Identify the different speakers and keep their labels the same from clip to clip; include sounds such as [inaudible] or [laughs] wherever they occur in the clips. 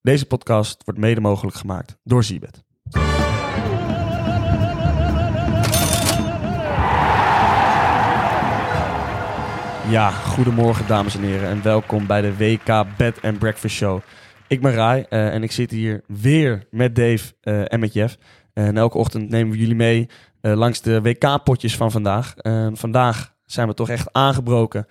Speaker 1: Deze podcast wordt mede mogelijk gemaakt door Zibet. Ja, goedemorgen dames en heren en welkom bij de WK Bed and Breakfast Show. Ik ben Rai eh, en ik zit hier weer met Dave eh, en met Jeff. En elke ochtend nemen we jullie mee eh, langs de WK-potjes van vandaag. Eh, vandaag zijn we toch echt aangebroken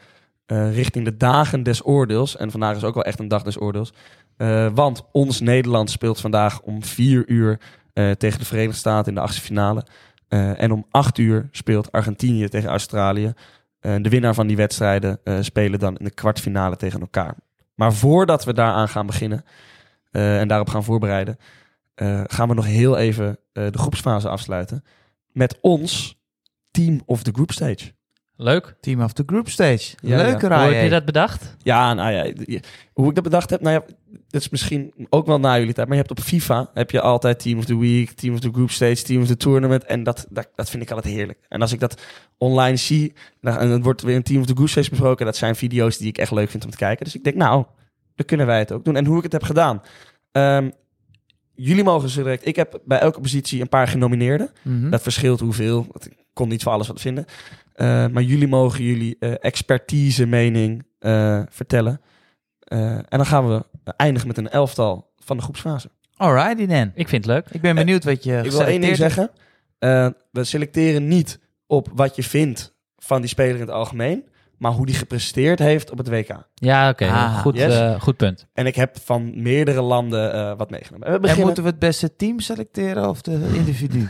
Speaker 1: eh, richting de dagen des oordeels. En vandaag is ook wel echt een dag des oordeels. Eh, want ons Nederland speelt vandaag om 4 uur eh, tegen de Verenigde Staten in de achtste finale. Eh, en om 8 uur speelt Argentinië tegen Australië. Eh, de winnaar van die wedstrijden eh, spelen dan in de kwartfinale tegen elkaar. Maar voordat we daaraan gaan beginnen eh, en daarop gaan voorbereiden, eh, gaan we nog heel even eh, de groepsfase afsluiten met ons team of the group stage.
Speaker 2: Leuk.
Speaker 3: Team of the Group Stage.
Speaker 1: Ja,
Speaker 3: Leuk,
Speaker 1: ja.
Speaker 3: Ryan.
Speaker 2: Hoe heb je dat bedacht?
Speaker 1: Ja, nou ja, je- hoe ik dat bedacht heb, nou ja, dat is misschien ook wel na jullie tijd, maar je hebt op FIFA heb je altijd Team of the Week, Team of the Group Stage, Team of the Tournament en dat, dat, dat vind ik altijd heerlijk. En als ik dat online zie, dan, en dan wordt weer een Team of the Group Stage besproken, dat zijn video's die ik echt leuk vind om te kijken. Dus ik denk, nou, dan kunnen wij het ook doen. En hoe ik het heb gedaan. Ehm, jullie mogen zo direct, ik heb bij elke positie een paar genomineerden.
Speaker 3: Mhm.
Speaker 1: Dat verschilt hoeveel. Want ik kon niet voor alles wat vinden. Eh, maar jullie mogen jullie eh, expertise, mening eh, vertellen. Eh, en dan gaan we eindigen met een elftal van de groepsfase.
Speaker 3: Alrighty then.
Speaker 2: Ik vind het leuk.
Speaker 3: Ik ben benieuwd wat je
Speaker 1: Eh, ik wil één ding
Speaker 3: geselecteerd hebt.
Speaker 1: zeggen. Eh, we selecteren niet op wat je vindt van die speler in het algemeen. Maar hoe die gepresteerd heeft op het WK.
Speaker 2: Ja, oké.
Speaker 3: Ah,
Speaker 2: goed,
Speaker 1: yes.
Speaker 2: eh, goed punt.
Speaker 1: En ik heb van meerdere landen eh, wat meegenomen. En we
Speaker 3: En
Speaker 1: beginnen,
Speaker 3: moeten we het beste team selecteren of de [laughs] [laughs] individu?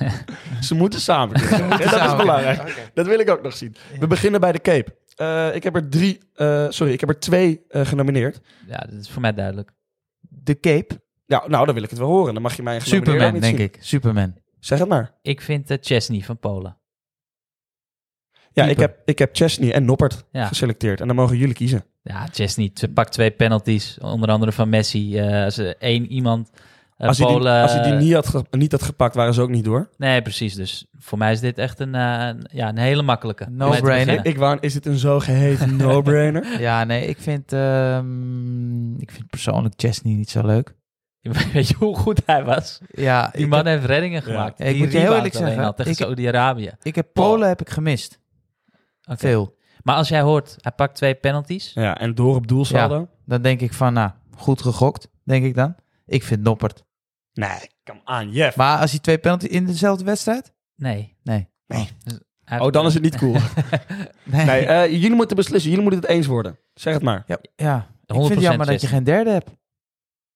Speaker 1: Ze moeten samen. doen. En dat is
Speaker 3: Samen.
Speaker 1: belangrijk.
Speaker 3: Oké.
Speaker 1: Dat wil ik ook nog zien. We beginnen bij de Cape. Eh, ik heb er drie, eh, sorry, ik heb er twee eh, genomineerd.
Speaker 2: [laughs] Ja, dat is voor mij duidelijk.
Speaker 3: De Cape.
Speaker 1: Ja, nou, dan wil ik het wel horen. Dan mag je mij een genomineerde ook
Speaker 3: Superman,
Speaker 1: niet
Speaker 3: denk
Speaker 1: zien.
Speaker 3: ik. Superman.
Speaker 1: Zeg het maar.
Speaker 2: Ik vind eh, Chesney van Polen.
Speaker 1: Ja, ik
Speaker 2: Keeper.
Speaker 1: heb, ik heb Chesney en Noppert
Speaker 2: Ja.
Speaker 1: geselecteerd. En dan mogen jullie kiezen.
Speaker 2: Ja, Chesney t- pakt twee penalties. Onder andere van Messi. Eh, als er één iemand... eh,
Speaker 1: als, hij die,
Speaker 2: Polen-
Speaker 1: als hij die niet had, ge- niet had gepakt, waren ze ook niet door.
Speaker 2: Nee, precies. Dus voor mij is dit echt een, eh, een- ja, een hele makkelijke. om mee te
Speaker 3: No-brainer.
Speaker 2: beginnen.
Speaker 1: Ik, ik wou, is dit een [laughs] zogeheten no-brainer?
Speaker 3: Ja, nee, ik vind, ehm, ik vind persoonlijk Chesney niet zo leuk.
Speaker 2: [laughs] Weet je hoe goed hij was?
Speaker 3: Ja,
Speaker 2: Die
Speaker 3: ik
Speaker 2: man
Speaker 3: heb,
Speaker 2: heeft reddingen gemaakt.
Speaker 3: Ja, ik
Speaker 2: Die
Speaker 3: moet je heel
Speaker 2: rebound
Speaker 3: eerlijk
Speaker 2: alleen
Speaker 3: zeggen,
Speaker 2: al tegen
Speaker 3: ik-
Speaker 2: Saudi-Arabië.
Speaker 3: ik heb Polen heb ik gemist.
Speaker 2: Oké.
Speaker 3: Veel.
Speaker 2: Maar als jij hoort, hij pakt twee penalties.
Speaker 1: ja, en door op doelsaldo?
Speaker 3: Dan denk ik van, nou, goed gegokt, denk ik dan. Ik vind Noppert.
Speaker 1: Nee, kom aan, Jeff.
Speaker 3: Maar als hij twee penalty in dezelfde wedstrijd?
Speaker 2: Nee.
Speaker 3: Nee.
Speaker 1: Nee.
Speaker 2: Dus hij
Speaker 1: Oh,
Speaker 2: heeft-
Speaker 1: dan is het niet cool. [laughs] nee, eh, jullie moeten beslissen. Jullie moeten het eens worden. Zeg het maar.
Speaker 3: Ja, ja. ik vind
Speaker 2: 100%
Speaker 3: het jammer dat je
Speaker 2: Chesney.
Speaker 3: geen derde hebt.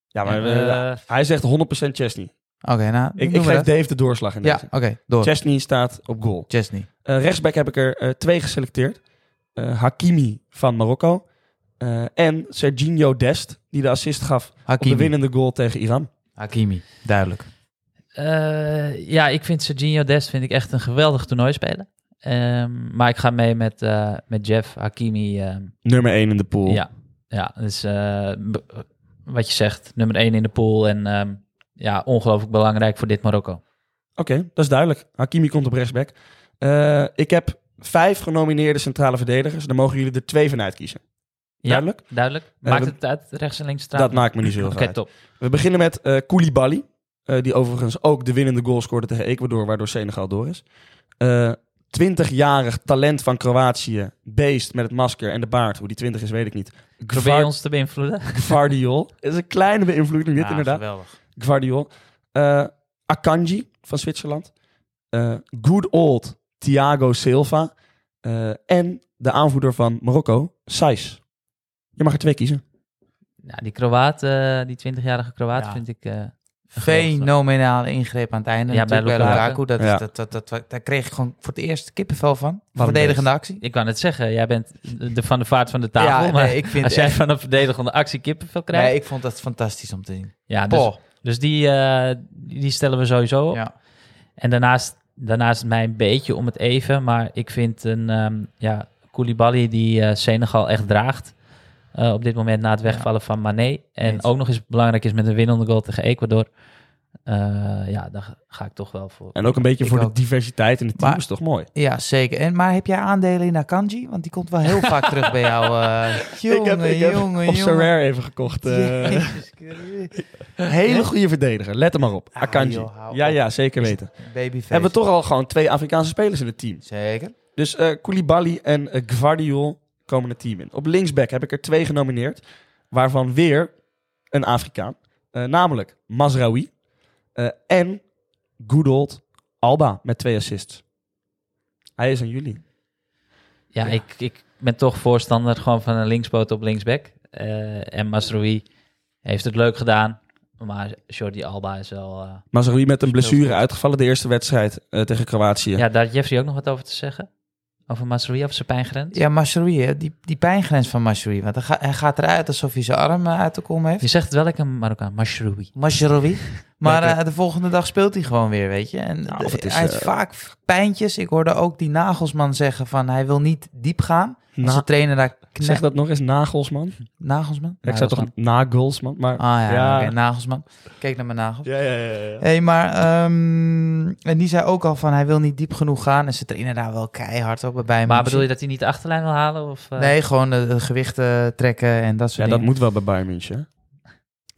Speaker 1: Ja, maar eh,
Speaker 2: Eh,
Speaker 1: hij zegt 100% Chesney.
Speaker 3: Oké, nou, dan
Speaker 1: Ik, ik
Speaker 3: doen we
Speaker 1: geef
Speaker 3: dat.
Speaker 1: Dave de doorslag in
Speaker 3: Ja,
Speaker 1: deze.
Speaker 3: oké, door.
Speaker 1: Chesney staat op goal.
Speaker 3: Chesney.
Speaker 1: Eh, rechtsback heb ik er eh, twee geselecteerd. Eh, Hakimi van Marokko. Eh, en Serginho Dest, die de assist gaf op de
Speaker 3: Hakimi.
Speaker 1: winnende goal tegen Iran.
Speaker 3: Hakimi, duidelijk.
Speaker 2: Eh, ja, ik vind Serginho Dest vind ik echt een geweldig toernooi spelen. Ehm, maar ik ga mee met, eh, met Jeff Hakimi. ehm,
Speaker 1: Nummer 1 in de pool.
Speaker 2: ja, ja, dus eh, b- wat je zegt, nummer 1 in de pool. En ehm, ja, ongelooflijk belangrijk voor dit Marokko.
Speaker 1: Oké, dat is duidelijk. Hakimi komt op rechtsback. Eh, ik heb vijf genomineerde centrale verdedigers. Daar mogen jullie er twee van uitkiezen.
Speaker 2: Ja,
Speaker 1: Duidelijk?
Speaker 2: duidelijk. Maakt
Speaker 1: we-
Speaker 2: het uit, rechts en links straat?
Speaker 1: Dat maakt me niet zo heel
Speaker 2: Oké,
Speaker 1: veel uit.
Speaker 2: top.
Speaker 1: We beginnen met eh Koulibaly. eh, die overigens ook de winnende goal scoorde tegen Ecuador, waardoor Senegal door is. Eh 20-jarig talent van Kroatië. Beest met het masker en de baard. Hoe die 20 is, weet ik niet.
Speaker 2: Probeer
Speaker 3: [laughs]
Speaker 2: je ons te beïnvloeden. [laughs]
Speaker 1: Gvardiol. Dat [laughs] is een kleine beïnvloeding, dit inderdaad.
Speaker 3: geweldig.
Speaker 1: Gvardiol. Eh, Akanji van Zwitserland. Eh, good old Thiago Silva. Eh, en de aanvoerder van Marokko, Saiz. Je mag er twee kiezen.
Speaker 2: Ja, die Kroaat, eh, die 20-jarige Kroaat
Speaker 3: Ja.
Speaker 2: vind ik... eh,
Speaker 3: Fenomenale ingreep aan het einde.
Speaker 2: Ja,
Speaker 3: Ja, bij
Speaker 2: bij
Speaker 3: Lukaku.
Speaker 2: Lukaku.
Speaker 3: dat, is-
Speaker 1: Ja.
Speaker 3: dat, dat, dat, daar kreeg ik gewoon voor het eerst kippenvel van.
Speaker 1: Wat een
Speaker 3: Verdedigende actie.
Speaker 2: ik kan het zeggen, jij bent de van de vaart van de tafel.
Speaker 3: ja,
Speaker 2: maar
Speaker 3: nee, ik vind
Speaker 2: als jij
Speaker 3: echt-
Speaker 2: van een verdedigende actie kippenvel krijgt...
Speaker 3: nee, Oh. ik vond dat fantastisch om te zien.
Speaker 2: ja, dus,
Speaker 3: Poh.
Speaker 2: dus die, eh, die stellen we sowieso
Speaker 1: Oh.
Speaker 2: op.
Speaker 3: Ja.
Speaker 2: En daarnaast, daarnaast mij een beetje om het even. Maar ik vind een ehm ja, Koulibaly die eh, Senegal echt draagt. eh, op dit moment na het wegvallen van Mané. En
Speaker 3: Eens.
Speaker 2: ook nog eens belangrijk is met een winnende goal tegen Ecuador. eh, ja, daar ga ik toch wel voor.
Speaker 1: En ook een beetje
Speaker 3: Ik
Speaker 1: voor de
Speaker 3: ook.
Speaker 1: diversiteit in het team
Speaker 3: Maar-
Speaker 1: is toch mooi?
Speaker 3: Ja, zeker. En, maar heb jij aandelen in Akanji? Want die komt wel
Speaker 1: [laughs]
Speaker 3: heel vaak terug bij jou. eh jongen,
Speaker 1: ik heb, ik heb
Speaker 3: jongen,
Speaker 1: op
Speaker 3: jongen.
Speaker 1: Sorare even gekocht. eh,
Speaker 3: Jezus Christus.
Speaker 1: hele goede verdediger, let er maar op.
Speaker 3: Ah,
Speaker 1: Akanji.
Speaker 3: joh, hou
Speaker 1: ja,
Speaker 3: op.
Speaker 1: ja, zeker
Speaker 3: Is-
Speaker 1: weten.
Speaker 3: Babyface.
Speaker 1: Hebben we toch al gewoon twee Afrikaanse spelers in het team.
Speaker 3: Zeker.
Speaker 1: Dus eh Koulibaly en eh, Gvardiol komen het team in. Op linksback heb ik er twee genomineerd. Waarvan weer een Afrikaan. Eh, namelijk Mazraoui. eh, en good old Alba met twee assists. Hij is aan jullie.
Speaker 2: Ja, Ik, ik ben toch voorstander gewoon van een linksboot op linksback. Eh, en Masroui heeft het leuk gedaan. Maar Jordi Alba is wel... eh,
Speaker 1: Mazraoui met een blessure
Speaker 2: goed.
Speaker 1: uitgevallen de eerste wedstrijd eh, tegen Kroatië.
Speaker 2: ja. daar had Jeffrey ook nog wat over te zeggen. Over Masroui of zijn pijngrens.
Speaker 3: Ja, Masuri, hè, die, die pijngrens van Masuri. Want hij, ga- hij gaat eruit alsof hij zijn arm eh, uit de kom heeft.
Speaker 2: Je zegt wel ik een Marokkaan, Masroui.
Speaker 1: [laughs]
Speaker 3: Masuri. Maar
Speaker 1: Lekker.
Speaker 3: eh, de volgende dag speelt hij gewoon weer, weet je. En
Speaker 1: Nou, of het is,
Speaker 3: hij heeft
Speaker 1: eh,
Speaker 3: vaak pijntjes. Ik hoorde ook die Nagelsman zeggen van hij wil niet diep gaan. Als
Speaker 1: Na-
Speaker 3: de trainer daar... kne-
Speaker 1: zeg dat nog eens, Nagelsman.
Speaker 3: Nagelsman?
Speaker 1: Ik
Speaker 3: Nou,
Speaker 1: zou toch Nagelsman, maar...
Speaker 3: Ah ja,
Speaker 1: Ja.
Speaker 3: oké, Nagelsman. Kijk naar mijn nagels.
Speaker 1: Ja, ja, ja. ja.
Speaker 3: Hé, maar ehm, en die zei ook al van hij wil niet diep genoeg gaan. En ze trainen daar wel keihard op bij hem.
Speaker 2: Maar bedoel je dat hij niet de achterlijn wil halen? Of, eh?
Speaker 3: Nee, gewoon eh, de gewichten trekken en dat soort
Speaker 1: dat
Speaker 3: dingen.
Speaker 1: moet wel bij Bayern München. hè?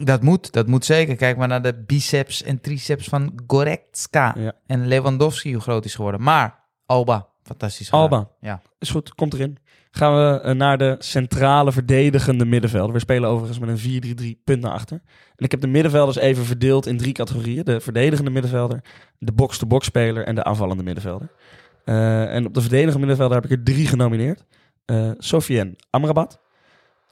Speaker 3: dat moet, dat moet zeker. Kijk maar naar de biceps en triceps van Goretzka.
Speaker 1: Ja.
Speaker 3: En Lewandowski, hoe groot is geworden. Maar Alba, fantastisch. gedaan.
Speaker 1: Alba.
Speaker 3: Ja.
Speaker 1: Is goed, komt erin. Gaan we eh, naar de centrale verdedigende middenvelder. We spelen overigens met een 4-3-3 punt naar achter. En ik heb de middenvelders even verdeeld in drie categorieën. De verdedigende middenvelder, de box-to-box speler en de aanvallende middenvelder. Eh, en op de verdedigende middenvelder heb ik er drie genomineerd. Eh Sofiane Amrabat,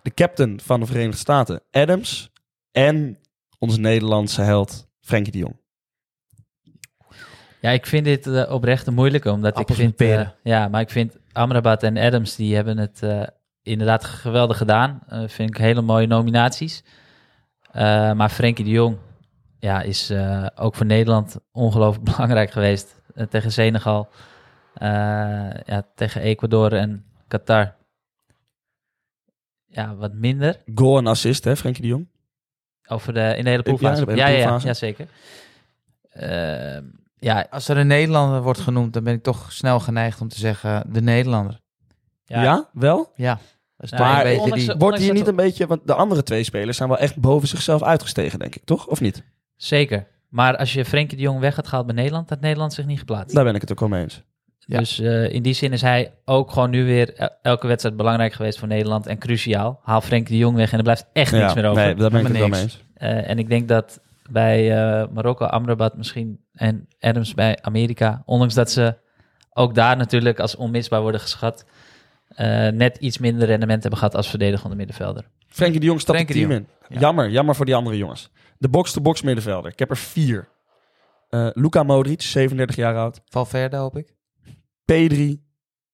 Speaker 1: de captain van de Verenigde Staten, Adams. En onze Nederlandse held, Frenkie de Jong.
Speaker 2: Ja, ik vind dit eh, oprecht een moeilijke, omdat
Speaker 3: Appels
Speaker 2: ik vind...
Speaker 3: met peren.
Speaker 2: eh, ja, maar ik vind Amrabat en Adams, die hebben het eh, inderdaad geweldig gedaan. Eh, vind ik hele mooie nominaties. Eh, maar Frenkie de Jong ja, is eh, ook voor Nederland ongelooflijk [laughs] belangrijk geweest. Eh, tegen Senegal, eh, ja, tegen Ecuador en Qatar. Ja, wat minder.
Speaker 1: Goal en assist, hè, Frenkie de Jong.
Speaker 2: Over de, in de hele
Speaker 1: Ja,
Speaker 2: poolfase.
Speaker 1: in de
Speaker 2: Ja, ja, ja,
Speaker 1: poolfase.
Speaker 2: ja, zeker. Ehm, ja,
Speaker 3: Als er een Nederlander wordt genoemd, dan ben ik toch snel geneigd om te zeggen de Nederlander.
Speaker 1: Ja, wel?
Speaker 3: Ja, dat is
Speaker 2: Ja,
Speaker 3: toch
Speaker 1: maar-
Speaker 3: een beetje
Speaker 2: Ondanks
Speaker 3: die...
Speaker 2: de-
Speaker 1: Wordt hier
Speaker 2: dat
Speaker 1: niet een beetje, want de andere twee spelers zijn wel echt boven zichzelf uitgestegen, denk ik, toch? Of niet?
Speaker 2: Zeker. Maar als je Frenkie de Jong weg had gehaald bij Nederland, had Nederland zich niet geplaatst.
Speaker 1: Daar ben ik het ook wel mee eens.
Speaker 3: Ja.
Speaker 2: Dus eh, in die zin is hij ook gewoon nu weer el- elke wedstrijd belangrijk geweest voor Nederland en cruciaal. Haal Frenkie de Jong weg en er blijft echt niks meer over.
Speaker 1: Nee, daar ben ik het wel mee
Speaker 3: Helemaal
Speaker 1: eens.
Speaker 2: Eh, en ik denk dat bij eh, Marokko, Amrabat misschien en Adams bij Amerika, ondanks dat ze ook daar natuurlijk als onmisbaar worden geschat, eh, net iets minder rendement hebben gehad als verdedigende middenvelder.
Speaker 1: Frenkie de Jong stapt het
Speaker 3: Frenkie de
Speaker 1: team in. Jammer, jammer voor die andere jongens. De box-to-box middenvelder. Ik heb er vier. Eh Luka Modric, 37 jaar oud.
Speaker 3: Valverde, hoop ik.
Speaker 1: Pedri,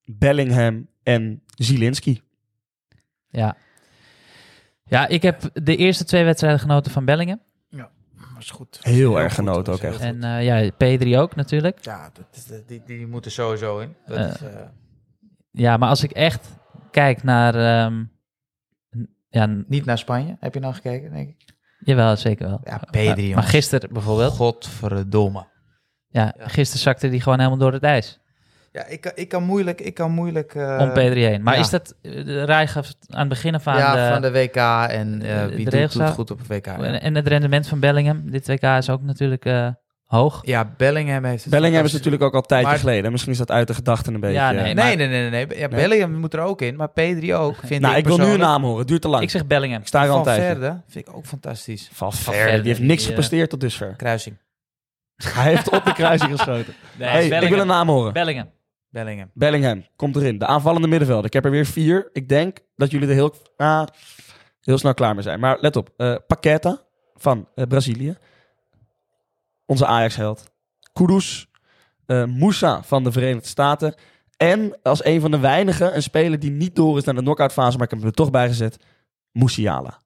Speaker 1: Bellingham en Zielinski.
Speaker 2: Ja. ja, ik heb de eerste twee wedstrijden genoten van Bellingen.
Speaker 3: Dat is goed.
Speaker 1: Heel erg genoten ook echt.
Speaker 2: En eh, ja, P3 ook natuurlijk.
Speaker 3: Ja, dat is, dat- die, die moeten sowieso in. Dat
Speaker 2: Eh.
Speaker 3: is, eh,
Speaker 2: Ja, maar als ik echt kijk naar. ehm, n- ja, n-
Speaker 3: niet naar Spanje, heb je nou gekeken, denk ik?
Speaker 2: jawel, zeker wel.
Speaker 3: Ja, P3,
Speaker 2: maar, maar
Speaker 3: jongens.
Speaker 2: gisteren bijvoorbeeld.
Speaker 3: Godverdomme.
Speaker 2: Ja,
Speaker 3: Ja.
Speaker 2: gisteren zakte die gewoon helemaal door het ijs.
Speaker 3: Ja, ik, kan- ik kan moeilijk... Ik kan moeilijk eh,
Speaker 2: om P3 heen. Maar
Speaker 3: ja.
Speaker 2: is dat. eh, de Rai gaf het aan het begin af aan.
Speaker 3: ja,
Speaker 2: de,
Speaker 3: van de WK en eh,
Speaker 2: eh, de
Speaker 3: wie doet,
Speaker 2: regels
Speaker 3: doet
Speaker 2: daar- Oh,
Speaker 3: goed op het WK. Ja,
Speaker 2: en- En het rendement van Bellingham. Dit WK is ook natuurlijk eh, hoog.
Speaker 3: Ja, Bellingham heeft het...
Speaker 1: Bellingham is natuurlijk ook al een tijdje
Speaker 3: Maar-
Speaker 1: geleden. Misschien is dat uit de gedachten een beetje.
Speaker 2: Ja,
Speaker 1: eh.
Speaker 2: nee.
Speaker 3: Nee, nee, nee, nee. nee. Ja,
Speaker 1: Nee.
Speaker 3: Bellingham moet er ook in, maar P3 ook, vind
Speaker 1: Nou,
Speaker 3: ik
Speaker 1: ik wil nu een
Speaker 3: persoonlijk.
Speaker 1: naam horen. Het duurt te lang.
Speaker 2: Ik
Speaker 1: Ik,
Speaker 2: zeg Bellingham.
Speaker 1: sta er al een tijdje.
Speaker 3: Valverde vind ik ook fantastisch.
Speaker 1: Van Ver,
Speaker 2: Valverde,
Speaker 1: die heeft niks
Speaker 2: die, eh,
Speaker 1: gepresteerd tot dusver.
Speaker 3: Kruising,
Speaker 1: Hij heeft op de kruising geschoten.
Speaker 2: Nee,
Speaker 1: Hey, ik wil
Speaker 2: Bellingham.
Speaker 1: een naam horen.
Speaker 2: Bellingham.
Speaker 3: Bellingham.
Speaker 1: Bellingham komt erin. De aanvallende middenvelder. Ik heb er weer vier. Ik denk dat jullie er heel, ah, heel snel klaar mee zijn. Maar let op. eh Paqueta van eh, Brazilië. Onze Ajax-held. Kudus. eh Moussa van de Verenigde Staten. En als een van de weinigen een speler die niet door is naar de knock-outfase, maar ik heb hem er toch bij gezet. Musiala.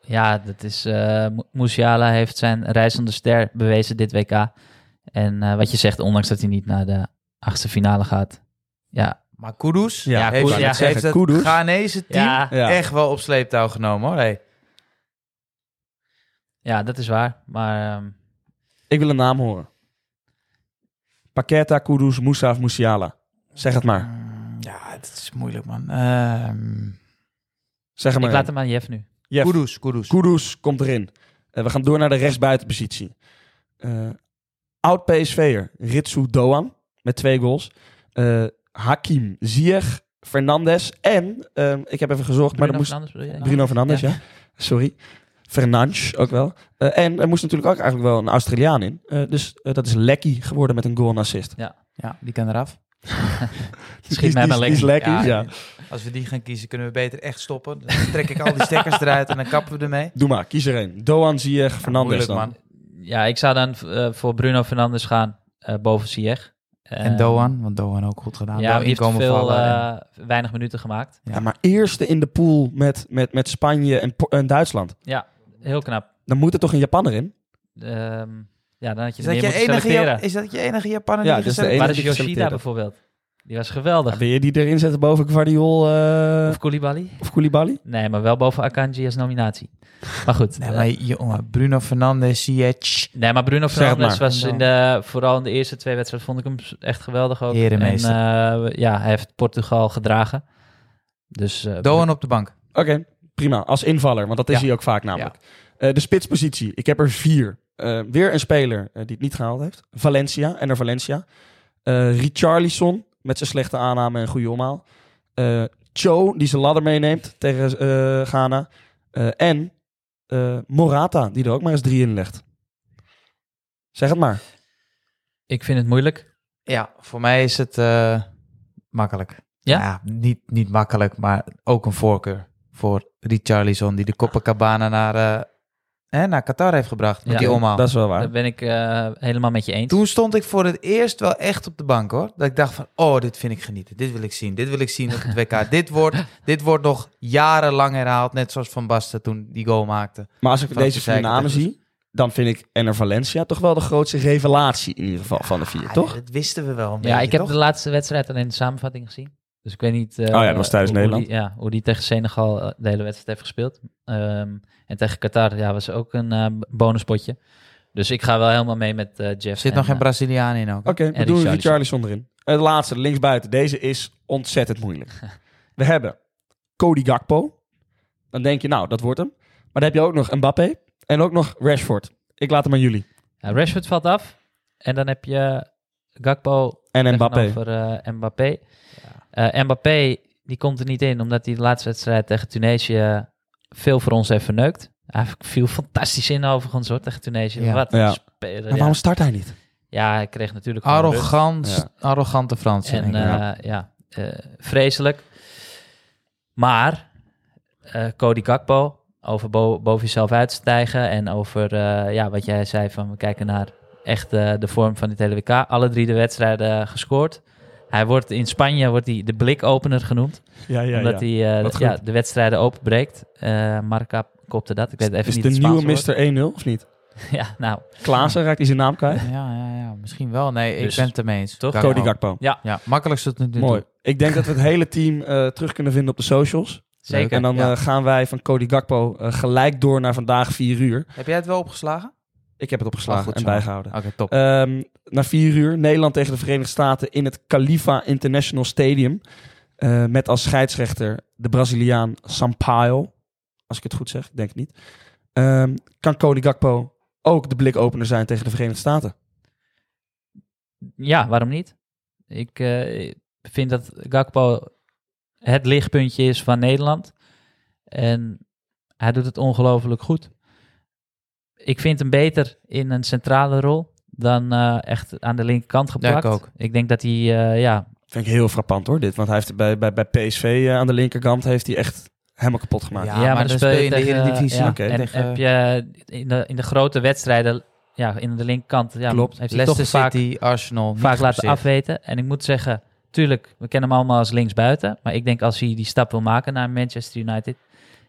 Speaker 2: Ja, dat is. eh Mo- Musiala heeft zijn reizende ster bewezen dit WK. En eh, wat je zegt, ondanks dat hij niet naar de achtste finale gaat. Ja,
Speaker 3: Maar Kudus
Speaker 1: Ja,
Speaker 2: ik
Speaker 3: heeft,
Speaker 2: wou net
Speaker 3: heeft,
Speaker 1: zeggen,
Speaker 3: het
Speaker 1: Kudus.
Speaker 3: Ghanese team
Speaker 2: ja,
Speaker 1: Ja.
Speaker 3: echt wel op sleeptouw genomen, hoor. Hey.
Speaker 2: Ja, dat is waar. Maar ehm,
Speaker 1: Ik wil een naam horen. Paqueta, Kudus, Moussa of Musiala. Zeg het maar.
Speaker 3: Mm, Ja, het is moeilijk, man. Ehm
Speaker 1: Zeg het maar.
Speaker 2: ik laat hem aan Jeff nu.
Speaker 1: Jeff.
Speaker 3: Kudus, Kudus.
Speaker 1: Kudus komt erin. Eh, we gaan door naar de rechtsbuitenpositie. Eh oud PSV'er Ritsu Doan met twee goals. Eh, Hakim Ziyech, Fernandes en, ehm, ik heb even gezocht, maar
Speaker 2: Bruno
Speaker 1: dat moest...
Speaker 2: Fernandes bedoel je, denk ik?
Speaker 1: Bruno Fernandes, ja. Sorry. Fernandes ook wel. Eh, en er moest natuurlijk ook eigenlijk wel een Australiaan in. Eh, dus eh, dat is Lekkie geworden met een goal en assist.
Speaker 3: Ja, die
Speaker 1: [laughs]
Speaker 3: kan eraf.
Speaker 1: Die-
Speaker 2: Schiet mij
Speaker 1: die-
Speaker 2: maar
Speaker 1: die is
Speaker 2: lekker.
Speaker 1: Lekkie, ja.
Speaker 3: Als we die gaan kiezen, kunnen we beter echt stoppen. Dan trek ik al die stekkers eruit en dan kappen we ermee.
Speaker 1: Doe maar, kies er één. Doan, Ziyech, Fernandes
Speaker 3: moeilijk,
Speaker 1: dan.
Speaker 3: man.
Speaker 2: Ja, ik zou dan eh, voor Bruno Fernandes gaan eh, boven Sieg.
Speaker 3: En Doan, want Doan ook goed gedaan.
Speaker 2: Ehm, Ja,
Speaker 3: Wel
Speaker 2: die heeft
Speaker 3: inkomen
Speaker 2: veel,
Speaker 3: vallen en-
Speaker 2: eh, weinig minuten gemaakt.
Speaker 1: Ja, maar eerste in de pool met, met, met Spanje en, Po- en Duitsland.
Speaker 2: Heel knap.
Speaker 1: Dan moet er toch een Japanner in?
Speaker 2: Ehm, ja, dan had je er
Speaker 3: Is dat
Speaker 2: meer
Speaker 3: je,
Speaker 2: moeten
Speaker 3: enige,
Speaker 2: selecteren.
Speaker 3: Ja- is dat je enige Japaner
Speaker 1: Ja,
Speaker 3: die je
Speaker 1: dat is de
Speaker 3: geselecteerd
Speaker 2: Waar
Speaker 1: enige
Speaker 2: is
Speaker 1: die
Speaker 2: Yoshida
Speaker 1: geselecteerd had.
Speaker 2: bijvoorbeeld? Die was geweldig.
Speaker 1: wil je die erin zetten boven Guardiol eh,
Speaker 2: Of Koulibaly?
Speaker 1: of Koulibaly?
Speaker 2: Nee, maar wel boven Akanji als nominatie. Maar goed.
Speaker 3: Nee,
Speaker 2: eh,
Speaker 3: maar jongen, Bruno Fernandes, Ziyech,
Speaker 2: nee, maar Bruno
Speaker 1: Zeg het
Speaker 2: Fernandes
Speaker 3: maar.
Speaker 2: was in de, vooral in de eerste twee wedstrijden vond ik hem echt geweldig ook.
Speaker 3: Herenmeester.
Speaker 2: En eh, ja, hij heeft Portugal gedragen. Dus eh,
Speaker 3: Doan op de bank.
Speaker 1: Oké, prima. Als invaller, want dat is
Speaker 3: Ja.
Speaker 1: hij ook vaak namelijk. Eh, de spitspositie, ik heb er vier. Eh, weer een speler eh, die het niet gehaald heeft. Valencia, en er Valencia. Eh Richarlison, met zijn slechte aanname en goede omhaal. Eh Cho, die zijn ladder meeneemt tegen eh, Ghana. Eh, en eh, Morata, die er ook maar eens drie in legt. Zeg het maar.
Speaker 2: ik vind het moeilijk.
Speaker 3: Ja, voor mij is het eh, makkelijk. Nou
Speaker 2: Ja?
Speaker 3: niet, niet makkelijk, maar ook een voorkeur voor Richarlison, die de Copacabana naar, eh, hè, naar Qatar heeft gebracht met
Speaker 2: Ja,
Speaker 3: die omhaal.
Speaker 1: Dat is wel waar.
Speaker 2: Daar ben ik eh, helemaal met je eens.
Speaker 3: Toen stond ik voor het eerst wel echt op de bank hoor. Dat ik dacht van, oh, dit vind ik genieten. Dit wil ik zien. Dit wil ik
Speaker 2: [laughs]
Speaker 3: zien op het WK. dit, wordt, dit wordt nog jarenlang herhaald. Net zoals Van Basten toen die goal maakte.
Speaker 1: Maar als ik
Speaker 3: Vanaf
Speaker 1: deze
Speaker 3: de zijkant
Speaker 1: vier namen
Speaker 3: even.
Speaker 1: zie, dan vind ik Enner Valencia toch wel de grootste revelatie in ieder geval van de vier,
Speaker 3: Ah,
Speaker 1: toch?
Speaker 3: Dat wisten we wel een
Speaker 2: ja,
Speaker 3: beetje,
Speaker 2: ik heb
Speaker 3: toch? Oh
Speaker 2: de laatste wedstrijd alleen de samenvatting gezien. Dus ik weet niet... eh,
Speaker 1: ja, dat was tijdens
Speaker 2: hoe- hoe
Speaker 1: Nederland.
Speaker 2: die- ja, hoe die tegen Senegal eh, de hele wedstrijd heeft gespeeld. Ehm, en tegen Qatar ja, was ook een eh, bonuspotje. Dus ik ga wel helemaal mee met eh, Jeff.
Speaker 3: Er zit
Speaker 2: en,
Speaker 3: nog geen
Speaker 2: eh,
Speaker 3: Braziliaan in ook.
Speaker 1: Oké, we
Speaker 2: En
Speaker 1: doen
Speaker 2: Richarlison.
Speaker 1: Richarlison erin. Het laatste, de linksbuiten. Deze is ontzettend moeilijk. We hebben Cody Gakpo. Dan denk je, nou, dat wordt hem. Maar dan heb je ook nog Mbappé en ook nog Rashford. Ik laat hem aan jullie.
Speaker 2: ja, Rashford valt af. En dan heb je Gakpo
Speaker 1: En Mbappé.
Speaker 2: tegenover eh, Mbappé. Eh, Mbappé, die komt er niet in, omdat hij de laatste wedstrijd tegen Tunesië veel voor ons heeft verneukt. Hij viel fantastisch in overigens hoor, tegen Tunesië.
Speaker 3: Ja.
Speaker 2: Wat een
Speaker 1: Ja.
Speaker 2: speler.
Speaker 1: Maar
Speaker 2: ja.
Speaker 1: waarom start hij niet?
Speaker 2: Ja, hij kreeg natuurlijk gewoon rust.
Speaker 3: Arrogant,
Speaker 1: Ja.
Speaker 3: arrogante Fransen.
Speaker 2: En
Speaker 3: denk ik.
Speaker 2: ja, ja eh, vreselijk. Maar eh, Cody Gakpo, over bo- boven jezelf uitstijgen en over eh, ja, wat jij zei van we kijken naar echt eh, de vorm van dit hele WK. Alle drie de wedstrijden eh, gescoord. Hij wordt in Spanje wordt hij de blikopener genoemd,
Speaker 1: Ja, ja,
Speaker 2: omdat hij eh,
Speaker 1: Wat
Speaker 2: ja,
Speaker 1: goed.
Speaker 2: de wedstrijden openbreekt. Eh Marca kopte dat, ik weet even
Speaker 1: is
Speaker 2: niet
Speaker 1: de
Speaker 2: het
Speaker 1: nieuwe
Speaker 2: Spaanse
Speaker 1: Mr. 1-0 of niet?
Speaker 2: woord. [laughs] Ja, nou,
Speaker 1: Klaassen raakt hij zijn naam kwijt.
Speaker 3: ja, ja, ja, misschien wel. Nee, ik
Speaker 2: Dus-
Speaker 3: ben het ermee eens.
Speaker 2: Toch?
Speaker 3: Gakpo.
Speaker 1: Cody Gakpo.
Speaker 3: Ja, makkelijkst tot nu toe.
Speaker 1: Mooi. Ik denk dat we het hele team eh, terug kunnen vinden op de socials.
Speaker 2: zeker.
Speaker 1: En dan
Speaker 3: ja.
Speaker 1: eh, gaan wij van Cody Gakpo eh, gelijk door naar vandaag 4 uur.
Speaker 3: Heb jij het wel opgeslagen? Eh,
Speaker 1: Ik heb het opgeslagen
Speaker 3: Oh, goed
Speaker 1: en
Speaker 3: zo.
Speaker 1: bijgehouden.
Speaker 3: Oké, top.
Speaker 1: Ehm, na 4 uur Nederland tegen de Verenigde Staten in het Khalifa International Stadium. Eh, met als scheidsrechter de Braziliaan Sampaio. Als ik het goed zeg, ik denk het niet. Ehm, kan Cody Gakpo ook de blikopener zijn tegen de Verenigde Staten?
Speaker 2: Ja, waarom niet? Ik eh, vind dat Gakpo het lichtpuntje is van Nederland. En hij doet het ongelooflijk goed. Ik vind hem beter in een centrale rol dan eh, echt aan de linkerkant
Speaker 3: ik
Speaker 2: geplakt.
Speaker 3: ook.
Speaker 2: Ik denk dat hij, eh, ja,
Speaker 1: Vind ik heel frappant hoor, dit. Want hij heeft bij, bij, bij PSV eh, aan de linkerkant heeft hij echt helemaal kapot gemaakt.
Speaker 3: Ja,
Speaker 2: ja,
Speaker 3: maar
Speaker 2: maar, dan
Speaker 3: dan
Speaker 2: speel je
Speaker 3: in de
Speaker 2: tegen,
Speaker 3: Eredivisie.
Speaker 2: ja,
Speaker 1: Oké.
Speaker 2: en
Speaker 3: Tegen- eh,
Speaker 2: heb je in de, in de grote wedstrijden, ja, in de linkerkant, ja,
Speaker 1: Klopt.
Speaker 2: heeft hij toch
Speaker 3: Leicester
Speaker 2: vaak
Speaker 3: City, Arsenal. niet
Speaker 2: vaak laten
Speaker 3: geblesseerd.
Speaker 2: afweten. En ik moet zeggen, tuurlijk, we kennen hem allemaal als linksbuiten. Maar ik denk als hij die stap wil maken naar Manchester United,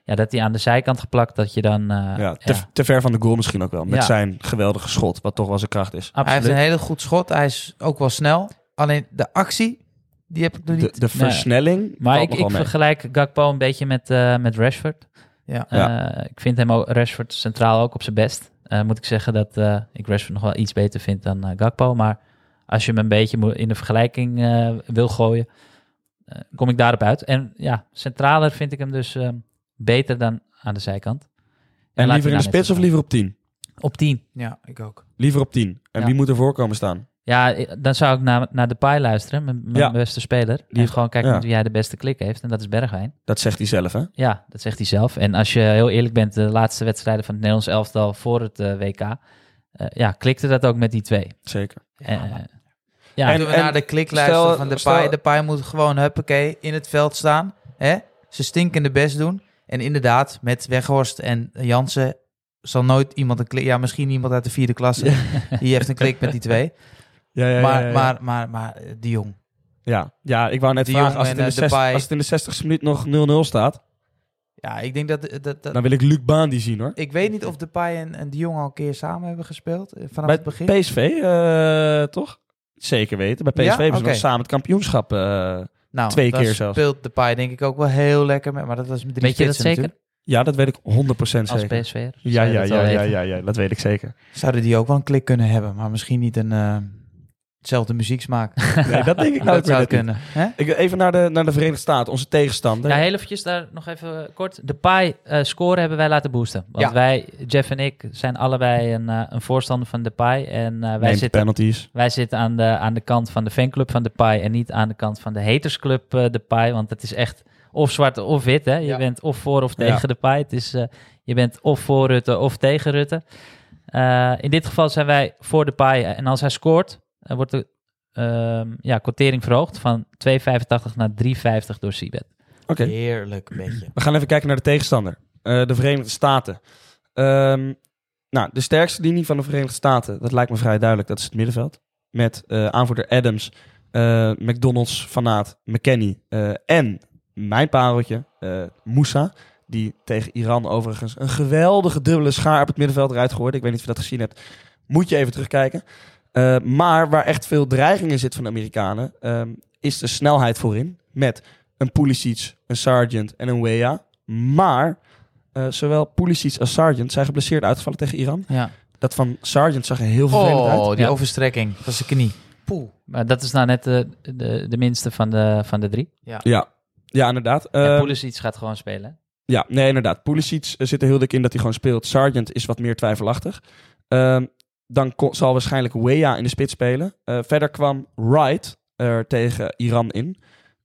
Speaker 2: ja, dat hij aan de zijkant geplakt, dat je dan... eh,
Speaker 1: Ja, te, te ver van de goal misschien ook wel. Met
Speaker 2: Ja.
Speaker 1: zijn geweldige schot, wat toch wel zijn kracht is.
Speaker 3: Hij
Speaker 2: absoluut.
Speaker 3: heeft een hele goed schot. Hij is ook wel snel. Alleen de actie, die heb ik nog
Speaker 1: De,
Speaker 3: niet.
Speaker 1: de versnelling.
Speaker 2: maar
Speaker 1: valt
Speaker 2: ik,
Speaker 1: nog wel
Speaker 2: ik
Speaker 1: mee.
Speaker 2: vergelijk Gakpo een beetje met, eh, met Rashford.
Speaker 3: Ja.
Speaker 2: Eh, ik vind hem ook, Rashford centraal ook op zijn best. Eh, moet ik zeggen dat eh, ik Rashford nog wel iets beter vind dan eh, Gakpo. Maar als je hem een beetje moet- in de vergelijking eh, wil gooien, eh, kom ik daarop uit. En ja, centraler vind ik hem dus eh, beter dan aan de zijkant.
Speaker 1: En
Speaker 2: laat
Speaker 1: liever in
Speaker 2: hij
Speaker 1: de
Speaker 2: nou net
Speaker 1: spits of
Speaker 2: zo
Speaker 1: liever op 10?
Speaker 2: gaan. Op 10.
Speaker 3: Ja, ik ook.
Speaker 1: Liever op 10. En
Speaker 2: Ja.
Speaker 1: wie moet ervoor komen staan?
Speaker 2: Ja, i- dan zou ik naar, naar Depay luisteren, mijn, mijn
Speaker 1: Ja.
Speaker 2: beste speler. en
Speaker 1: heeft-
Speaker 2: gewoon kijken
Speaker 1: ja.
Speaker 2: met wie hij de beste klik heeft. En dat is Bergwijn.
Speaker 1: Dat zegt hij zelf, hè?
Speaker 2: Ja, dat zegt hij zelf. En als je heel eerlijk bent, de laatste wedstrijden van het Nederlands elftal voor het eh, WK, eh, ja, klikte dat ook met die twee.
Speaker 1: Zeker.
Speaker 2: Eh,
Speaker 3: maar-
Speaker 2: ja,
Speaker 1: En-
Speaker 3: Zullen we naar de klik luisteren
Speaker 1: stel-
Speaker 3: van de
Speaker 1: stel-
Speaker 3: paai. De paai moet gewoon huppakee in het veld staan. Hè? Ze stinkende best doen. En inderdaad, met Weghorst en Jansen zal nooit iemand een klik... Ja, misschien iemand uit de vierde klasse. Die heeft een klik met die twee.
Speaker 1: [laughs] Ja, ja,
Speaker 3: maar,
Speaker 1: ja, ja.
Speaker 3: maar, maar, maar, eh, de jong.
Speaker 1: ja. ja, ik wou net
Speaker 3: De
Speaker 1: vragen,
Speaker 3: Jong
Speaker 1: als het, in
Speaker 3: en,
Speaker 1: de
Speaker 3: eh,
Speaker 1: zes,
Speaker 3: Depay.
Speaker 1: als het in de 60 minuut nog 0-0 staat,
Speaker 3: Ja, ik denk dat... dat, dat
Speaker 1: dan wil ik Luc Baan die zien, hoor.
Speaker 3: ik weet niet of de paai en, en de jong al een keer samen hebben gespeeld. eh, Vanaf
Speaker 1: Bij
Speaker 3: het begin.
Speaker 1: PSV, eh, toch? Zeker weten. Bij PSV
Speaker 3: Ja?
Speaker 1: hebben ze
Speaker 3: Oké.
Speaker 1: nog samen het kampioenschap. eh,
Speaker 3: nou,
Speaker 1: twee
Speaker 3: daar
Speaker 1: keer zelfs.
Speaker 3: speelt de paai denk ik ook wel heel lekker. Mee, maar dat was met drie
Speaker 2: Weet je dat
Speaker 3: spitsen
Speaker 2: zeker?
Speaker 3: natuurlijk.
Speaker 1: ja, dat weet ik 100%
Speaker 2: als
Speaker 1: zeker.
Speaker 2: PSV'er.
Speaker 1: Ja,
Speaker 2: zou je
Speaker 1: ja,
Speaker 2: dat
Speaker 1: ja,
Speaker 2: wel
Speaker 1: ja,
Speaker 2: weten.
Speaker 1: ja, ja, dat weet ik zeker.
Speaker 3: Zouden die ook wel een klik kunnen hebben. Maar misschien niet een... eh, hetzelfde muzieksmaak.
Speaker 1: Nee, dat denk ik nou
Speaker 3: dat
Speaker 1: ook weer net
Speaker 3: zou
Speaker 1: niet.
Speaker 3: kunnen. Hè?
Speaker 1: Ik, even naar de, naar de Verenigde Staten, onze tegenstander.
Speaker 2: Ja, heel eventjes daar nog even eh, kort. De Pai eh score hebben wij laten boosten. Want
Speaker 3: Ja.
Speaker 2: wij, Jeff en ik, zijn allebei een, eh, een voorstander van de Pai. En eh, wij
Speaker 1: Neemt
Speaker 2: zitten
Speaker 1: penalties.
Speaker 2: Wij zitten aan de, aan de kant van de fanclub van Depay en niet aan de kant van de hatersclub eh Depay. Want het is echt of zwart of wit. Hè? Je
Speaker 3: Ja.
Speaker 2: bent of voor of
Speaker 1: Ja.
Speaker 2: tegen Depay. Het is, eh, je bent of voor Rutte of tegen Rutte. Eh, in dit geval zijn wij voor Depay. En als hij scoort, eh, wordt de ehm, ja, quotering verhoogd van 2,85 naar 3,50 door Sibet.
Speaker 1: Oké.
Speaker 3: Heerlijk beetje.
Speaker 1: We gaan even kijken naar de tegenstander. Eh, de Verenigde Staten. Ehm, nou, de sterkste linie van de Verenigde Staten, dat lijkt me vrij duidelijk, dat is het middenveld. Met eh, aanvoerder Adams, eh, McDonald's, Fanaat, McKennie eh, en mijn pareltje, eh Moussa. Die tegen Iran overigens een geweldige dubbele schaar op het middenveld eruit gooide. Ik weet niet of je dat gezien hebt. Moet je even terugkijken. Eh, maar waar echt veel dreiging in zit van de Amerikanen, ehm, is de snelheid voorin. Met een Pulisic, een Sargent en een Wea. Maar eh, zowel Pulisic als Sargent zijn geblesseerd uitgevallen tegen Iran.
Speaker 3: Ja.
Speaker 1: Dat van Sargent zag er heel vervelend
Speaker 3: Oh,
Speaker 1: uit.
Speaker 3: die
Speaker 2: Ja.
Speaker 3: overstrekking van zijn knie. Poeh.
Speaker 2: Maar dat is nou net de, de, de minste van de, van de drie.
Speaker 1: Ja, ja inderdaad.
Speaker 2: en
Speaker 1: Ehm,
Speaker 2: Pulisic gaat gewoon spelen.
Speaker 1: Ja, nee, inderdaad. Pulisic eh, zit er heel dik in dat hij gewoon speelt. Sargent is wat meer twijfelachtig. Ehm, dan ko- zal waarschijnlijk Weah in de spits spelen. Eh, verder kwam Wright er tegen Iran in.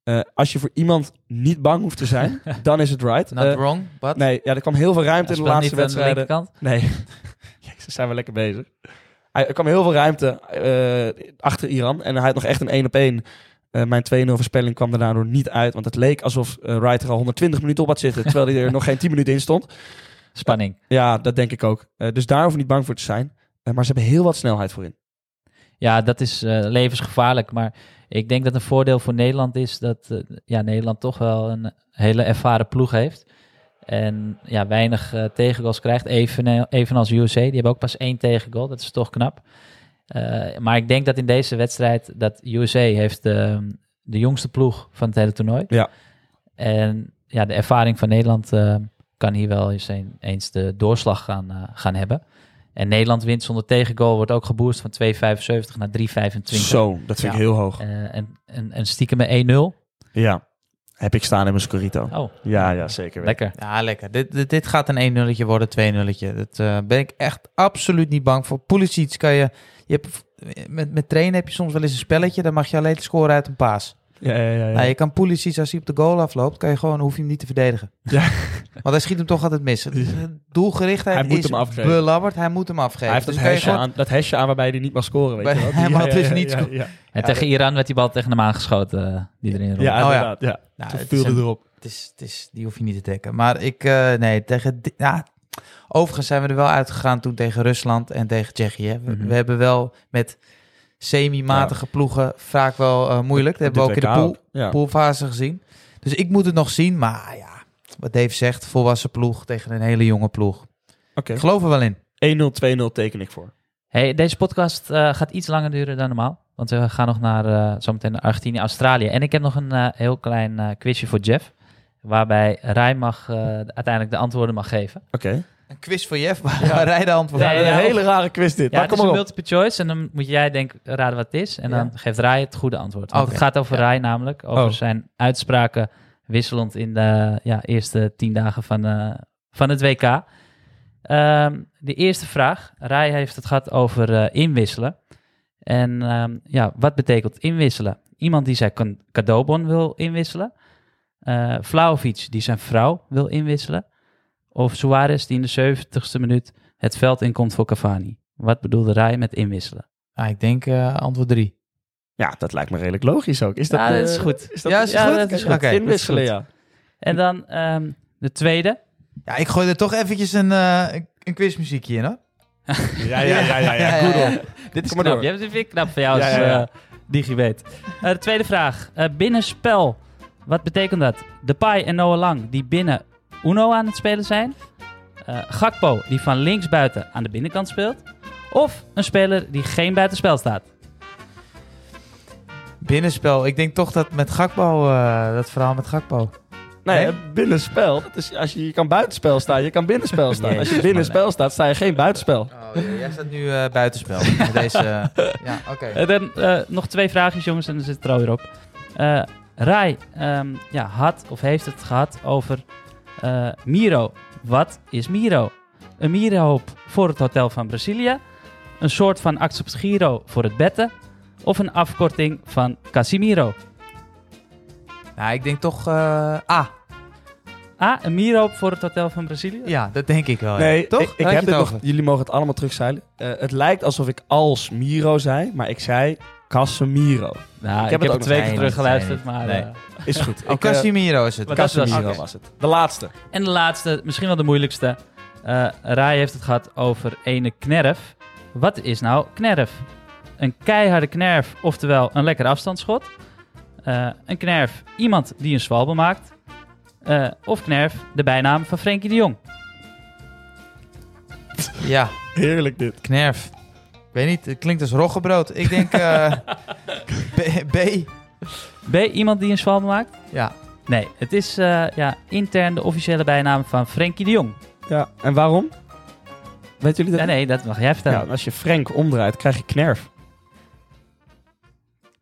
Speaker 1: Eh, als je voor iemand niet bang hoeft te zijn, dan is het Wright.
Speaker 3: Not
Speaker 1: Eh,
Speaker 3: wrong, but...
Speaker 1: nee, ja, er kwam heel veel ruimte
Speaker 2: Hij
Speaker 1: in
Speaker 2: speelt
Speaker 1: de
Speaker 2: niet
Speaker 1: laatste
Speaker 2: aan de
Speaker 1: wedstrijden.
Speaker 2: linkerkant.
Speaker 1: [laughs] Nee. Ze zijn wel lekker bezig. Hij, er kwam heel veel ruimte eh, achter Iran. En hij had nog echt een 1 op 1. mijn 2-0 voorspelling kwam er daardoor niet uit. Want het leek alsof eh, Wright er al 120 minuten op had zitten. Terwijl hij er [laughs] nog geen 10 minuten in stond.
Speaker 2: Spanning.
Speaker 1: Ja, dat denk ik ook. Eh, dus daar hoeven we niet bang voor te zijn. Eh, maar ze hebben heel wat snelheid voor in.
Speaker 2: Ja, dat is eh, levensgevaarlijk. Maar ik denk dat een voordeel voor Nederland is dat eh, ja, Nederland toch wel een hele ervaren ploeg heeft. En ja, weinig eh tegengoals krijgt. Even, eh, evenals USA, die hebben ook pas één tegengoal. Dat is toch knap. Eh, maar ik denk dat in deze wedstrijd dat USA heeft de, de jongste ploeg van het hele toernooi.
Speaker 1: Ja.
Speaker 2: En ja, de ervaring van Nederland eh, kan hier wel eens, een- eens de doorslag gaan, eh, gaan hebben. En Nederland wint zonder tegengoal wordt ook geboost van 2,75 naar 3,25.
Speaker 1: Zo, dat vind
Speaker 3: Ja.
Speaker 1: ik heel hoog.
Speaker 2: Eh, en, en, en stiekem met 1-0.
Speaker 1: Ja, heb ik staan in mijn Scorito.
Speaker 2: Oh,
Speaker 1: Ja, ja, zeker weten.
Speaker 2: lekker.
Speaker 3: Ja, lekker. Dit, dit, dit gaat een 1-nulletje worden, 2-nulletje. Dat eh, ben ik echt absoluut niet bang voor. Pulisic kan je... je hebt, met, met trainen heb je soms wel eens een spelletje. Dan mag je alleen scoren uit een paas.
Speaker 1: Ja, ja, ja, ja.
Speaker 3: Nou, je kan Pulisic, als hij op de goal afloopt... Kan je gewoon, hoef je hem niet te verdedigen.
Speaker 1: Ja.
Speaker 3: [laughs] Want hij schiet hem toch altijd mis. Dus, eh, Doelgerichtheid
Speaker 1: Hij moet
Speaker 3: is
Speaker 1: hem afgeven.
Speaker 3: belabberd. Hij moet hem afgeven.
Speaker 1: hij heeft
Speaker 3: Dus
Speaker 1: dat
Speaker 3: kan je
Speaker 1: hesje,
Speaker 3: gewoon-
Speaker 1: aan, dat hesje aan waarbij hij niet mag scoren. Weet je wel.
Speaker 3: Hij
Speaker 1: Ja,
Speaker 3: mag
Speaker 1: ja,
Speaker 3: dus
Speaker 1: ja,
Speaker 3: niet
Speaker 1: ja,
Speaker 3: scoren.
Speaker 1: Ja,
Speaker 2: En tegen Iran werd die bal tegen hem aangeschoten eh, die erin rolde.
Speaker 1: ja,
Speaker 3: Oh, ja.
Speaker 1: inderdaad. Ja.
Speaker 3: Nou,
Speaker 1: Toen
Speaker 3: het
Speaker 1: viel
Speaker 3: is
Speaker 1: hij
Speaker 3: een-
Speaker 1: erop.
Speaker 3: Het is, het is, die hoef je niet te dekken. Maar ik, eh, nee, tegen. di- Ja, overigens zijn we er wel uitgegaan toen tegen Rusland en tegen Tsjechië. We,
Speaker 2: Mhm.
Speaker 3: we hebben wel met semi-matige ploegen vaak wel eh, moeilijk. Dat hebben we ook in de
Speaker 1: Dit
Speaker 3: pool,
Speaker 1: WK ook. Ja.
Speaker 3: poolfase gezien. Dus ik moet het nog zien. Maar ja, wat Dave zegt, volwassen ploeg tegen een hele jonge ploeg.
Speaker 1: Oké.
Speaker 3: Ik geloof er wel in.
Speaker 1: 1-0, 2-0 teken ik voor.
Speaker 2: Hey, deze podcast eh, gaat iets langer duren dan normaal. Want we gaan nog naar eh zometeen naar Argentinië, Australië. En ik heb nog een eh, heel klein eh, quizje voor Jeff. Waarbij Rijn mag, eh, uiteindelijk de antwoorden mag geven.
Speaker 1: Oké.
Speaker 3: Een quiz voor Jeff, maar ja. rijden antwoord.
Speaker 2: Nee,
Speaker 1: een
Speaker 2: ja,
Speaker 1: hele rare quiz dit.
Speaker 3: Nou,
Speaker 2: Ja,
Speaker 1: maar
Speaker 2: het is
Speaker 1: kom
Speaker 2: een
Speaker 1: maar op.
Speaker 2: multiple choice en dan moet jij denk raden wat het is. En
Speaker 3: Ja.
Speaker 2: dan geeft Rai het goede antwoord. Want
Speaker 3: Oké.
Speaker 2: het gaat over
Speaker 3: Ja.
Speaker 2: Rai namelijk. Over
Speaker 3: Oh.
Speaker 2: zijn uitspraken wisselend in de ja, eerste tien dagen van, eh, van het WK. Ehm, de eerste vraag. Rai heeft het gehad over eh, inwisselen. En ehm, ja, wat betekent inwisselen? Iemand die zijn kan- cadeaubon wil inwisselen. eh Vlaovic die zijn vrouw wil inwisselen. Of Suarez die in de 70ste minuut het veld inkomt voor Cavani. Wat bedoelde Rai met inwisselen?
Speaker 3: Ah, ik denk eh, antwoord drie.
Speaker 1: Ja, dat lijkt me redelijk logisch ook. Is dat,
Speaker 2: Ja, dat is
Speaker 1: eh,
Speaker 2: goed.
Speaker 1: dat-
Speaker 3: Ja, is het goed?
Speaker 1: dat
Speaker 3: Oké, dat is
Speaker 1: Inwisselen,
Speaker 2: goed.
Speaker 1: ja.
Speaker 2: En dan ehm, de tweede.
Speaker 3: Ja, ik gooi er toch eventjes een, eh, een- een quizmuziekje in, hoor.
Speaker 1: Ja, ja, ja, ja, ja.
Speaker 3: Ja,
Speaker 1: Goed
Speaker 3: ja, ja.
Speaker 1: op.
Speaker 2: Dit is
Speaker 1: Kom maar
Speaker 2: knap.
Speaker 1: door.
Speaker 2: Ja, dit vind ik knap van jou
Speaker 1: Ja,
Speaker 2: als
Speaker 1: ja, ja.
Speaker 2: eh, digibet. Eh, de tweede vraag. Eh, binnenspel. Wat betekent dat? Depay en Noah Lang die binnen Uno aan het spelen zijn. Eh, Gakpo die van links buiten aan de binnenkant speelt. Of een speler die geen buitenspel staat.
Speaker 3: Binnenspel. Ik denk toch dat met Gakpo, eh, dat verhaal met Gakpo.
Speaker 1: Nee,
Speaker 3: Nee?
Speaker 1: binnenspel. Dat is, als je, je kan buitenspel staan, je kan
Speaker 2: [laughs]
Speaker 1: binnenspel staan. Als je binnenspel staat, sta je geen buitenspel.
Speaker 3: Oh, [laughs] jij staat nu buitenspel. [laughs] Deze, ja, oké.
Speaker 2: En dan eh, nog twee vraagjes, jongens, en dan zit het er alweer op. Eh Rai ehm, ja, had of heeft het gehad over eh, Miro. Wat is Miro? Een Mirohoop voor het Hotel van Brazilië. Een soort van Acts op Giro voor het betten. Of een afkorting van Casimiro.
Speaker 3: Nou, ik denk toch... eh ah,
Speaker 2: Ah, een Mirohoop voor het Hotel van Brazilië?
Speaker 3: ja, dat denk ik wel. ja.
Speaker 1: Nee,
Speaker 3: toch?
Speaker 1: ik, ik
Speaker 3: Daar
Speaker 1: heb
Speaker 3: je
Speaker 1: dit
Speaker 3: het
Speaker 1: nog,
Speaker 3: over.
Speaker 1: jullie mogen het allemaal terugzeilen. Eh, het lijkt alsof ik als Miro zei, maar ik zei Casemiro.
Speaker 2: Nou, ik,
Speaker 1: heb het
Speaker 2: heb het
Speaker 1: ook
Speaker 2: twee
Speaker 3: nog-
Speaker 2: keer
Speaker 3: Nee,
Speaker 2: teruggeluisterd,
Speaker 3: nee,
Speaker 2: maar...
Speaker 3: nee.
Speaker 2: eh,
Speaker 1: Is goed.
Speaker 3: Oh,
Speaker 1: Ik, eh,
Speaker 3: Casimiro is het.
Speaker 2: Wat-
Speaker 1: Casemiro
Speaker 2: Dat was-
Speaker 1: was, het. De laatste.
Speaker 2: En de laatste, misschien wel de moeilijkste. Eh Rai heeft het gehad over ene knerf. Wat is nou knerf? Een keiharde knerf, oftewel een lekker afstandsschot. Eh, een knerf, iemand die een zwalbe maakt. Eh, of knerf, de bijnaam van Frenkie de Jong.
Speaker 3: Ja,
Speaker 1: Heerlijk dit.
Speaker 3: knerf. Ik weet niet, het klinkt als roggebrood. Ik
Speaker 1: [laughs]
Speaker 3: denk eh, B, B.
Speaker 2: B, iemand die een zwalbe maakt?
Speaker 3: Ja,
Speaker 2: Nee, het is eh, ja, intern de officiële bijnaam van Frenkie de Jong.
Speaker 1: Ja, en waarom? Weet jullie dat?
Speaker 2: Nee, nee, dat mag jij
Speaker 1: Ja,
Speaker 2: vertellen.
Speaker 1: en als je Frank omdraait, krijg je knerf.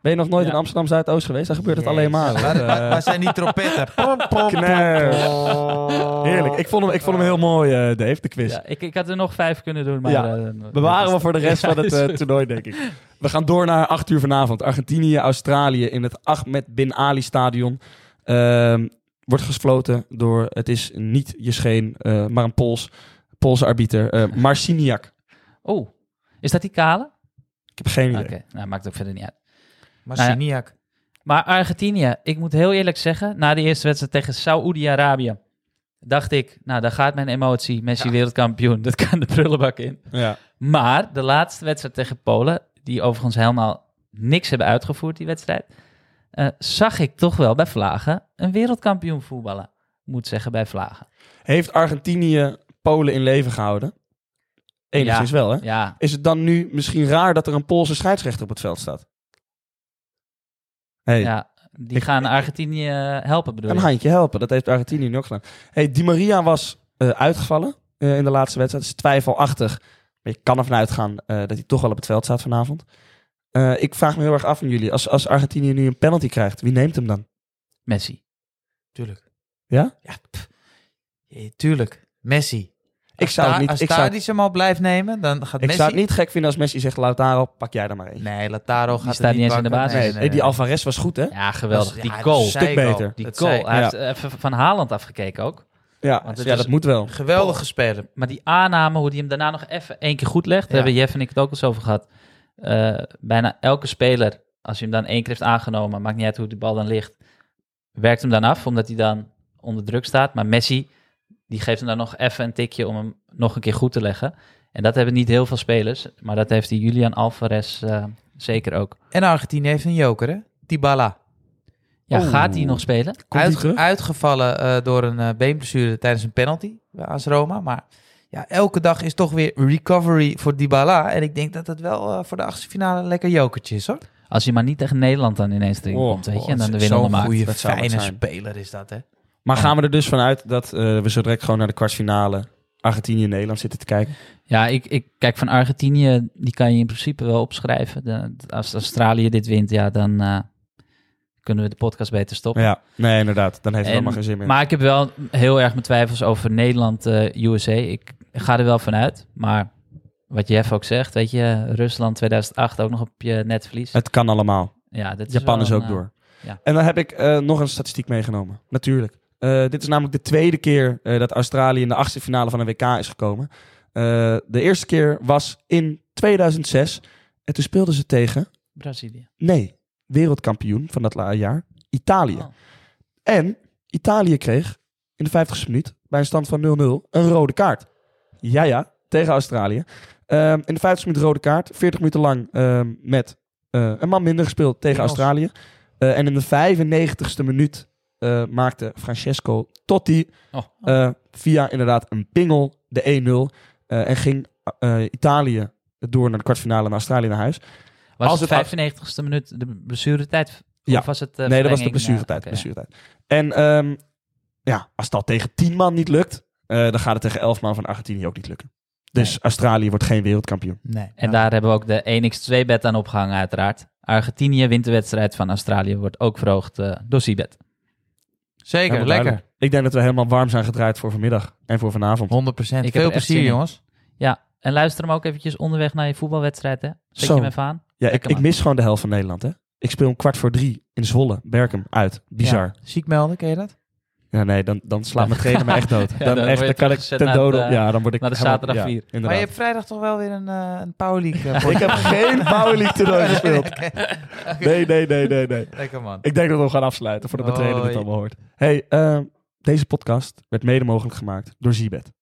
Speaker 1: Ben je nog nooit
Speaker 2: Ja.
Speaker 1: in Amsterdam Zuidoost geweest? Dan gebeurt het alleen maar.
Speaker 2: [laughs]
Speaker 3: Waar,
Speaker 1: hoor.
Speaker 3: waar-
Speaker 1: Eh,
Speaker 3: waar zijn die trompetten? Pom, pom, pom,
Speaker 1: Knerf.
Speaker 3: pom.
Speaker 1: Heerlijk. Ik vond hem, ik vond hem heel mooi, eh, Dave, de quiz.
Speaker 2: Oh. Ja, ik, ik had er nog vijf kunnen doen, maar...
Speaker 1: Ja,
Speaker 2: eh,
Speaker 1: Bewaren we voor de rest
Speaker 2: Ja,
Speaker 1: van het
Speaker 2: is
Speaker 1: eh,
Speaker 2: goed.
Speaker 1: toernooi, denk ik. We gaan door naar 8 uur vanavond. Argentinië, Australië in het Ahmed Bin Ali Stadion. Ehm, wordt gefloten door, het is niet je scheen, eh, maar een Pools, Poolse arbiter. eh Marciniak.
Speaker 2: Oh, is dat die kale?
Speaker 1: Ik heb geen idee.
Speaker 2: Oké, nou maakt ook verder niet uit.
Speaker 1: Nou
Speaker 3: Marciniak.
Speaker 2: Maar Argentinië, ik moet heel eerlijk zeggen, na de eerste wedstrijd tegen Saoedi-Arabië, dacht ik, nou daar gaat mijn emotie, Messi wereldkampioen, dat kan de prullenbak in.
Speaker 1: Ja.
Speaker 2: Maar de laatste wedstrijd tegen Polen, die overigens helemaal niks hebben uitgevoerd, die wedstrijd, eh, zag ik toch wel bij Vlagen een wereldkampioen voetballen. Moet zeggen bij Vlagen.
Speaker 1: Heeft Argentinië Polen in leven gehouden? Enigszins wel, hè?
Speaker 2: Ja,
Speaker 1: Is het dan nu misschien raar dat er een Poolse scheidsrechter op het veld staat? Hey,
Speaker 2: ja die
Speaker 1: Ik-
Speaker 2: gaan Argentinië eh, helpen bedoel
Speaker 1: een
Speaker 2: je?
Speaker 1: handje helpen. Dat heeft Argentinië nu ook gedaan. Hey, Di Maria was eh, uitgevallen eh, in de laatste wedstrijd. Dat is twijfelachtig. Maar je kan ervan uitgaan eh, dat hij toch wel op het veld staat vanavond. Eh, ik vraag me heel erg af aan jullie. Als, als Argentinië nu een penalty krijgt, wie neemt hem dan?
Speaker 2: Messi.
Speaker 3: Tuurlijk.
Speaker 1: Ja?
Speaker 3: Ja, pff. Ja, tuurlijk. Messi.
Speaker 1: Ik zou,
Speaker 3: Ta-
Speaker 1: het niet,
Speaker 3: als
Speaker 1: ik, zou,
Speaker 3: Tadic hem al blijft nemen, dan gaat
Speaker 1: ik
Speaker 3: Messi...
Speaker 1: zou het niet gek vinden als Messi zegt, Lautaro, pak jij er maar één.
Speaker 3: Nee, Lataro gaat
Speaker 2: staat
Speaker 3: het
Speaker 2: niet eens in de
Speaker 3: pakken.
Speaker 2: basis.
Speaker 1: Nee, nee, die Alvarez was goed, hè?
Speaker 2: Ja,
Speaker 3: Dat
Speaker 2: geweldig.
Speaker 3: is-
Speaker 2: Die
Speaker 3: ja, dat
Speaker 2: goal.
Speaker 3: zei ik
Speaker 1: Stuk
Speaker 3: al.
Speaker 1: beter.
Speaker 2: Die
Speaker 3: Dat
Speaker 2: goal.
Speaker 3: zei ik.
Speaker 2: Hij heeft eh, even van Haaland afgekeken ook.
Speaker 1: Ja,
Speaker 2: Want
Speaker 1: dus
Speaker 2: het
Speaker 1: ja
Speaker 2: is-
Speaker 1: dat moet wel.
Speaker 3: Geweldige speler.
Speaker 2: Maar die aanname, hoe die hem daarna nog even één keer goed legt, daar
Speaker 3: Ja.
Speaker 2: hebben Jeff en ik het ook eens over gehad. Eh, bijna elke speler, als je hem dan één keer heeft aangenomen, maakt niet uit hoe die bal dan ligt, werkt hem dan af, omdat hij dan onder druk staat. Maar Messi, die geeft hem dan nog even een tikje om hem nog een keer goed te leggen. En dat hebben niet heel veel spelers, maar dat heeft die Julian Alvarez eh, zeker ook.
Speaker 3: En Argentinië heeft een joker, hè? Dybala.
Speaker 2: Ja,
Speaker 1: Oeh.
Speaker 2: gaat hij nog spelen?
Speaker 1: Komt
Speaker 3: Uitge-
Speaker 1: hij terug?
Speaker 3: Uitgevallen eh, door een eh, beenblessure tijdens een penalty bij AS Roma. Maar ja, elke dag is toch weer recovery voor Dybala. En ik denk dat dat wel eh, voor de achtste finale een lekker jokertje is, hoor.
Speaker 2: Als hij maar niet tegen Nederland dan ineens erin
Speaker 1: Oh,
Speaker 2: komt, weet je,
Speaker 1: oh,
Speaker 2: en dan de
Speaker 3: Zo'n
Speaker 2: winnende maakt.
Speaker 3: goede,
Speaker 1: Dat zou wat
Speaker 3: fijne
Speaker 1: zijn.
Speaker 3: speler is dat, hè?
Speaker 1: Maar gaan we er dus vanuit dat eh, we zo direct gewoon naar de kwartfinale Argentinië-Nederland zitten te kijken?
Speaker 2: Ja, ik, ik kijk van Argentinië, die kan je in principe wel opschrijven. De- als Australië dit wint, ja, dan eh, kunnen we de podcast beter stoppen.
Speaker 1: Ja, nee, inderdaad. Dan heeft het
Speaker 2: En-
Speaker 1: helemaal geen zin meer.
Speaker 2: Maar ik heb wel heel erg mijn twijfels over Nederland, eh, USA. Ik ga er wel vanuit, maar wat Jeff ook zegt, weet je, Rusland 2008 ook nog op je netvlies.
Speaker 1: Het kan allemaal.
Speaker 2: ja, dat is
Speaker 1: Japan
Speaker 2: wel
Speaker 1: is ook
Speaker 2: een, eh,
Speaker 1: door.
Speaker 2: ja.
Speaker 1: En dan heb ik eh, nog een statistiek meegenomen. Natuurlijk. Eh, dit is namelijk de tweede keer eh, dat Australië in de achtste finale van een WK is gekomen. Eh, de eerste keer was in 2006. En toen speelden ze tegen,
Speaker 2: Brazilië.
Speaker 1: nee, wereldkampioen van dat la- jaar, Italië.
Speaker 2: Oh.
Speaker 1: En Italië kreeg in de 50ste minuut bij een stand van 0-0 een rode kaart. Ja, ja, tegen Australië. Ehm, in de 50ste minuut rode kaart. 40 minuten lang ehm, met eh, een man minder gespeeld tegen
Speaker 3: Engels.
Speaker 1: Australië. Eh, en in de 95ste minuut eh, maakte Francesco Totti
Speaker 2: Oh.
Speaker 1: eh, via inderdaad een pingel de 1-0. eh, en ging eh, Italië door naar de kwartfinale en Australië naar huis.
Speaker 2: Was
Speaker 1: Als
Speaker 2: het
Speaker 1: het-
Speaker 2: 95ste minuut de blessuretijd?
Speaker 1: Ja.
Speaker 2: Of was het, eh,
Speaker 1: nee, dat was de
Speaker 2: verlenging?
Speaker 1: blessuretijd.
Speaker 2: Ja, oké, ja.
Speaker 1: blessuretijd. En ehm, ja, als dat tegen 10 man niet lukt, eh, dan gaat het tegen 11 man van Argentinië ook niet lukken. Dus
Speaker 2: Nee.
Speaker 1: Australië wordt geen wereldkampioen.
Speaker 3: Nee.
Speaker 2: En daar hebben we ook de 1x2-bet aan opgehangen uiteraard. Argentinië wint de wedstrijd van Australië, wordt ook verhoogd eh, door Sibet.
Speaker 3: Zeker,
Speaker 1: Helemaal
Speaker 3: lekker.
Speaker 1: duidelijk. Ik denk dat we helemaal warm zijn gedraaid voor vanmiddag en voor vanavond.
Speaker 3: 100
Speaker 2: Ik heb
Speaker 3: Veel
Speaker 2: er echt zin
Speaker 3: plezier,
Speaker 2: in.
Speaker 3: jongens.
Speaker 2: En luister hem ook eventjes onderweg naar je voetbalwedstrijd, hè? Zet
Speaker 1: Zo.
Speaker 2: je hem even aan.
Speaker 1: Ja, ik,
Speaker 2: Lekker,
Speaker 1: ik
Speaker 2: man.
Speaker 1: mis gewoon de helft van Nederland, hè. Ik speel om kwart voor drie in Zwolle, Berkem, uit. Bizar. Ja,
Speaker 3: Ja. Ziek melden, ken je dat?
Speaker 1: nee, dan, dan slaat mijn trainer
Speaker 2: [laughs]
Speaker 1: me echt dood.
Speaker 2: Ja,
Speaker 1: Dan, echt,
Speaker 2: dan
Speaker 1: dan
Speaker 2: word je
Speaker 1: kan ik
Speaker 2: teruggezet
Speaker 1: ten
Speaker 2: naar
Speaker 1: dode
Speaker 2: het,
Speaker 1: op-
Speaker 2: eh,
Speaker 1: Ja, dan word ik
Speaker 2: naar de
Speaker 1: helemaal-
Speaker 2: zaterdag
Speaker 1: Ja,
Speaker 2: vier.
Speaker 3: Maar je
Speaker 1: inderdaad.
Speaker 3: hebt vrijdag toch wel weer een, eh een Power League. eh,
Speaker 1: [laughs] Ik heb geen Power League
Speaker 3: [laughs]
Speaker 1: toernooi gespeeld. Nee, nee, nee, nee, nee.
Speaker 3: Lekker man.
Speaker 1: Ik denk dat we hem gaan afsluiten voordat mijn trainer dit
Speaker 3: Hoi.
Speaker 1: allemaal hoort. Hey, ehm, deze podcast werd mede mogelijk gemaakt door Zibet.